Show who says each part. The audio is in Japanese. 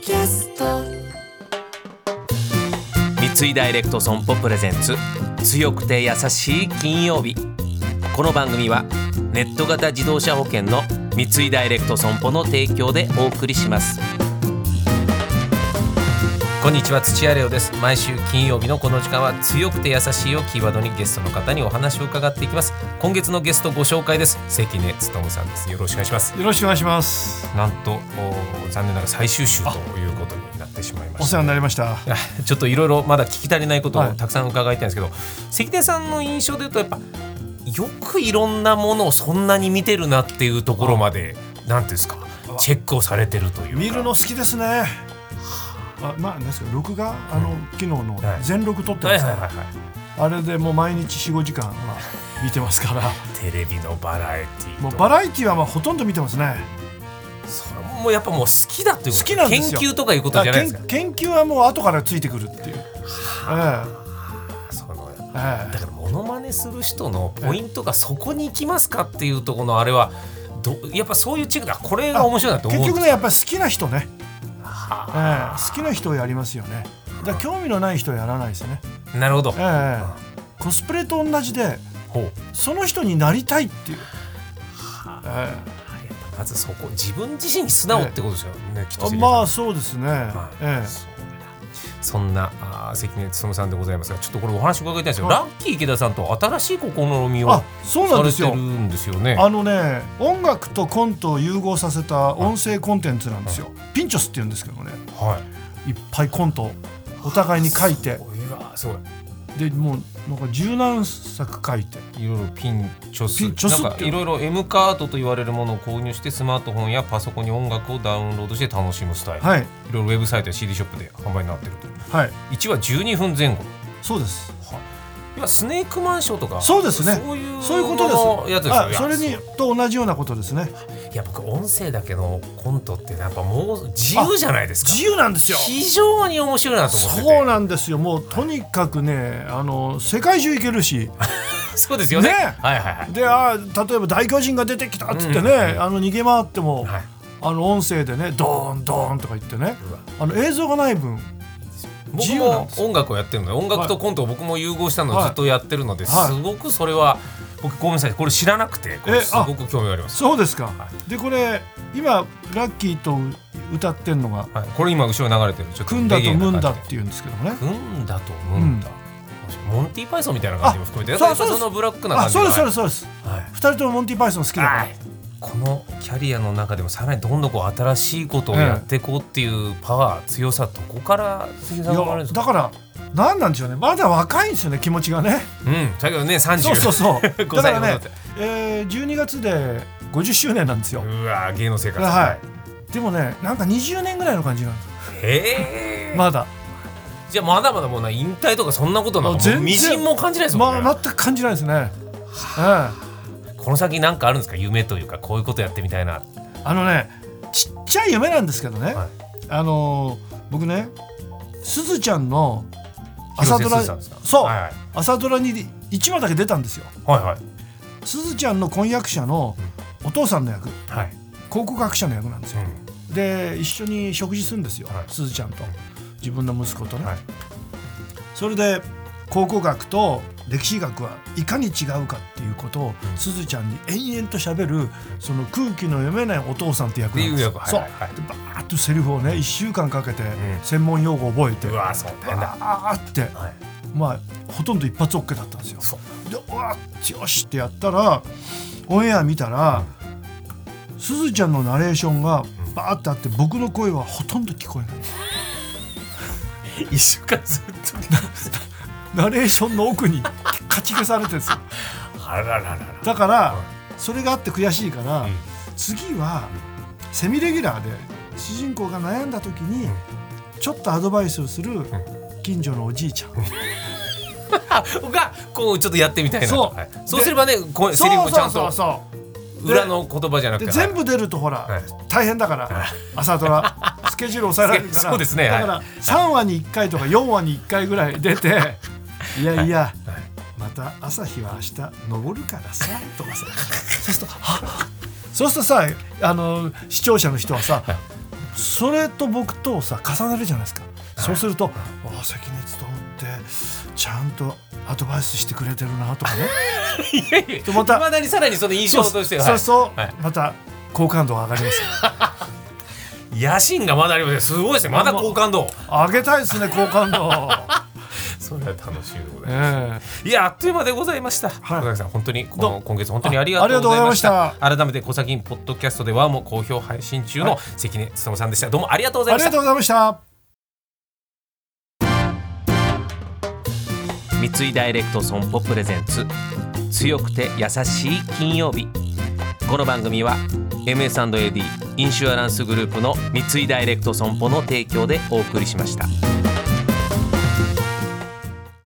Speaker 1: キャスト
Speaker 2: 三井ダイレクト損保プレゼンツ強くて優しい金曜日この番組はネット型自動車保険の三井ダイレクト損保の提供でお送りしますこんにちは土屋レオです毎週金曜日のこの時間は強くて優しいをキーワードにゲストの方にお話を伺っていきます今月のゲストご紹介です関根勤さんですよろしくお願いします
Speaker 3: よろしくお願いします。
Speaker 2: なんとお残念ながら最終週ということになってしまいま
Speaker 3: お
Speaker 2: した
Speaker 3: 世話になりました。
Speaker 2: いやちょっといろいろまだ聞き足りないこと
Speaker 3: は
Speaker 2: を
Speaker 3: い
Speaker 2: たくさん伺いたいんですけど、関根さんの印象で言うとやっぱよくいろんなものをそんなに見てるなっていうところまで何ていうんですかチェックをされてるというか
Speaker 3: 見るの好きですね。あまあ、なんですか、録画、あの、昨日の
Speaker 2: はい
Speaker 3: 全録撮って
Speaker 2: はい
Speaker 3: ま
Speaker 2: は
Speaker 3: す
Speaker 2: い
Speaker 3: ね、
Speaker 2: はいはい
Speaker 3: あれでもう毎日4、5時間 は見てますから、
Speaker 2: テレビのバラエティーと
Speaker 3: もうバラエティはまあほとんど見てますね。
Speaker 2: それもやっぱもう好きだということ
Speaker 3: 好きなんですよ
Speaker 2: 研究とかいうことじゃないですか
Speaker 3: あ研研究はもう後からついてくるっていう。
Speaker 2: その
Speaker 3: えええ
Speaker 2: だからモノマネする人のポイントがそこに行きますかっていうところのあれはどやっぱそういうチェックだこれが面白いな
Speaker 3: え
Speaker 2: と思うん
Speaker 3: 結
Speaker 2: です
Speaker 3: 局ね、やっぱり好きな人ね。ええ好きな人をやりますよね。だから興味のない人はやらないですね。
Speaker 2: なるほど
Speaker 3: ええコスプレと同じで、
Speaker 2: ほう
Speaker 3: その人になりたいっていう。ええ
Speaker 2: まずそこ自分自身に素直ってことですよね、きっと
Speaker 3: あ
Speaker 2: 関根さん
Speaker 3: まあそうですね、
Speaker 2: い
Speaker 3: え
Speaker 2: そんなあー関根勤さんでございますがちょっとこれお話伺いたいんですよ、
Speaker 3: はい
Speaker 2: ラッキー池田さんと新しい試み
Speaker 3: え、
Speaker 2: を
Speaker 3: あ
Speaker 2: さ
Speaker 3: そうなんで
Speaker 2: れ
Speaker 3: す
Speaker 2: てる
Speaker 3: よ
Speaker 2: んですよね
Speaker 3: あのね音楽とコントを融合させた音声コンテンツなんですよ、ピンチョスって言うんですけどもね
Speaker 2: はい
Speaker 3: いっぱいコントをお互いに書いて
Speaker 2: うわすごい
Speaker 3: でもうなんか十何作書いて
Speaker 2: いろいろピンチョス
Speaker 3: ピンチョスって
Speaker 2: なんかいろいろ M カードと言われるものを購入してスマートフォンやパソコンに音楽をダウンロードして楽しむスタイル、い、
Speaker 3: はい
Speaker 2: ろいろウェブサイトや CD ショップで販売になってると
Speaker 3: はい
Speaker 2: 1話12分前後
Speaker 3: そうです
Speaker 2: いやスネークマンションとか
Speaker 3: そうですね
Speaker 2: そういう
Speaker 3: そういうことです
Speaker 2: ののやつですよ
Speaker 3: あ
Speaker 2: いや
Speaker 3: それにと同じようなことですね
Speaker 2: いや僕音声だけのコントってやっぱもう自由じゃないですか
Speaker 3: 自由なんですよ
Speaker 2: 非常に面白いなと思ってて
Speaker 3: そうなんですよもうとにかくねあの世界中行けるし
Speaker 2: そうですよね
Speaker 3: ね
Speaker 2: はいはいはい
Speaker 3: であー例えば大巨人が出てきたっつってね、
Speaker 2: うん
Speaker 3: あの逃げ回っても、
Speaker 2: はい
Speaker 3: あの音声でねドーンドーンとか言ってね
Speaker 2: うわ
Speaker 3: あの映像がない分
Speaker 2: 僕
Speaker 3: 自由なん
Speaker 2: も
Speaker 3: です
Speaker 2: 音楽をやってるので音楽とコントを僕も融合したのを
Speaker 3: はい
Speaker 2: ずっとやってるので、
Speaker 3: はい
Speaker 2: すごくそれは僕ごめんなさいこれ知らなくてこれ
Speaker 3: え
Speaker 2: すごく興味があります、
Speaker 3: そうですか、
Speaker 2: は
Speaker 3: でこれ今ラッキーと歌ってるのが
Speaker 2: はい、これ今後ろに流れてるちょ
Speaker 3: 「
Speaker 2: っ
Speaker 3: 組んだと
Speaker 2: レゲエ
Speaker 3: ム
Speaker 2: な
Speaker 3: ンだ」
Speaker 2: 感
Speaker 3: っ
Speaker 2: じ
Speaker 3: ていうんですけどもね
Speaker 2: で組んだとムンだ、モンティパイソンみたいな感じも含めてや
Speaker 3: あ
Speaker 2: っぱり
Speaker 3: そうそう
Speaker 2: そのブラックな感
Speaker 3: あ
Speaker 2: じが
Speaker 3: そうですそうですそうです
Speaker 2: はい
Speaker 3: 2人ともモンティ・パイソン好きだから、
Speaker 2: はいこのキャリアの中でもさらにどんどんこう新しいことをやっていこうっていうパワー、強さどこから関根さんが生まれる
Speaker 3: い
Speaker 2: ん
Speaker 3: や
Speaker 2: です
Speaker 3: だ
Speaker 2: か
Speaker 3: から何なんでしょうねまだ若いんですよね気持ちがね
Speaker 2: うん先ほどね30
Speaker 3: そうそうそう
Speaker 2: 5
Speaker 3: だ
Speaker 2: 歳
Speaker 3: か
Speaker 2: の
Speaker 3: ら
Speaker 2: 頃っ
Speaker 3: ね
Speaker 2: て、
Speaker 3: えー、12月で50周年なんですよ、
Speaker 2: うわー芸能生活
Speaker 3: はいでもねなんか20年ぐらいの感じなんです
Speaker 2: へえ、
Speaker 3: まだ
Speaker 2: じゃあまだまだもうな引退とかそんなことなんかもう
Speaker 3: 全然
Speaker 2: みじんも感じないですもんね、
Speaker 3: まあ全く感じないですね。うん
Speaker 2: この先なんかあるんですか夢というかこういうことやってみたいな
Speaker 3: あのねちっちゃい夢なんですけどね、
Speaker 2: はい
Speaker 3: あのー僕ねすずちゃんの朝ド
Speaker 2: 広瀬す
Speaker 3: ラ
Speaker 2: ずさんですか
Speaker 3: そう、
Speaker 2: はいはい
Speaker 3: 朝ドラに1話だけ出たんですよ
Speaker 2: はいはい
Speaker 3: すずちゃんの婚約者のお父さんの役
Speaker 2: はい、
Speaker 3: 考古学者の役なんですよ、で一緒に食事するんですよ、
Speaker 2: はい
Speaker 3: すずちゃんと自分の息子と
Speaker 2: うん
Speaker 3: ね、
Speaker 2: はい、
Speaker 3: それで考古学と歴史学はいかに違うかっていうことを
Speaker 2: うん
Speaker 3: すずちゃんに延々と喋るその空気の読めないお父さんって役な
Speaker 2: っ
Speaker 3: んです
Speaker 2: ていう役
Speaker 3: よ。
Speaker 2: はい
Speaker 3: そう
Speaker 2: はいはい
Speaker 3: でバーッとセリフをね1週間かけて
Speaker 2: ん
Speaker 3: 専門用語を覚えて
Speaker 2: う
Speaker 3: バ
Speaker 2: わーそう大変だ、
Speaker 3: ーって
Speaker 2: はい、
Speaker 3: まあほとんど一発 OK だったんですよ。
Speaker 2: そう
Speaker 3: でうわっよしってやったらオンエア見たらすずちゃんのナレーションがバーってあって僕の声はほとんど聞こえない。
Speaker 2: 一週間ずっと
Speaker 3: ナレーションの奥に かき消されてるんですよ。
Speaker 2: あらららら
Speaker 3: だから、
Speaker 2: は
Speaker 3: それがあって悔しいから、
Speaker 2: うん
Speaker 3: 次はセミレギュラーで主人公が悩んだ時に、
Speaker 2: うん
Speaker 3: ちょっとアドバイスをする近所のおじいちゃん、
Speaker 2: あがこうちょっとやってみたいな
Speaker 3: そう
Speaker 2: はいそうすればねこうセ
Speaker 3: そう
Speaker 2: リフもちゃん
Speaker 3: そ
Speaker 2: と
Speaker 3: うそうそう
Speaker 2: 裏の言葉じゃなく
Speaker 3: で
Speaker 2: て
Speaker 3: で全部出るとほら、
Speaker 2: はい
Speaker 3: 大変だから、朝 ドラスケジュール抑えられるから
Speaker 2: そうですねはい
Speaker 3: だから3話に1回とか4話に1回ぐらい出て いやいや、また朝日は明日昇るからさ とかさそうするとはっそうするとさあの視聴者の人はさそれと僕とさ重なるじゃないですか、そうすると「ああ関根勤ってちゃんとアドバイスしてくれてるな」とかね
Speaker 2: い
Speaker 3: また
Speaker 2: まだにさらにその印象としては
Speaker 3: そうそう、
Speaker 2: はい
Speaker 3: また好感度が上がりますよ
Speaker 2: 野心がまだありますねすごいですねまだ好感度
Speaker 3: 上げたいですね好感度
Speaker 2: それは楽しいでございます
Speaker 3: え
Speaker 2: いやあっという間でございました。
Speaker 3: はい
Speaker 2: 小崎さん本当にこ
Speaker 3: ど
Speaker 2: の
Speaker 3: う
Speaker 2: 今月本当にありがとうございました。
Speaker 3: あありがと
Speaker 2: 改
Speaker 3: うござ
Speaker 2: めて小崎ポッドキャストではもう好評配信中の関根勤さんでした。どうもありがとうご
Speaker 3: え
Speaker 2: ざいま
Speaker 3: あり
Speaker 2: した
Speaker 3: がと。うございました
Speaker 2: 三井ダイレクト損保プレゼンツ強くて優しい金曜日この番組は MS&AD インシュアランスグループの三井ダイレクト損保の提供でお送りしました。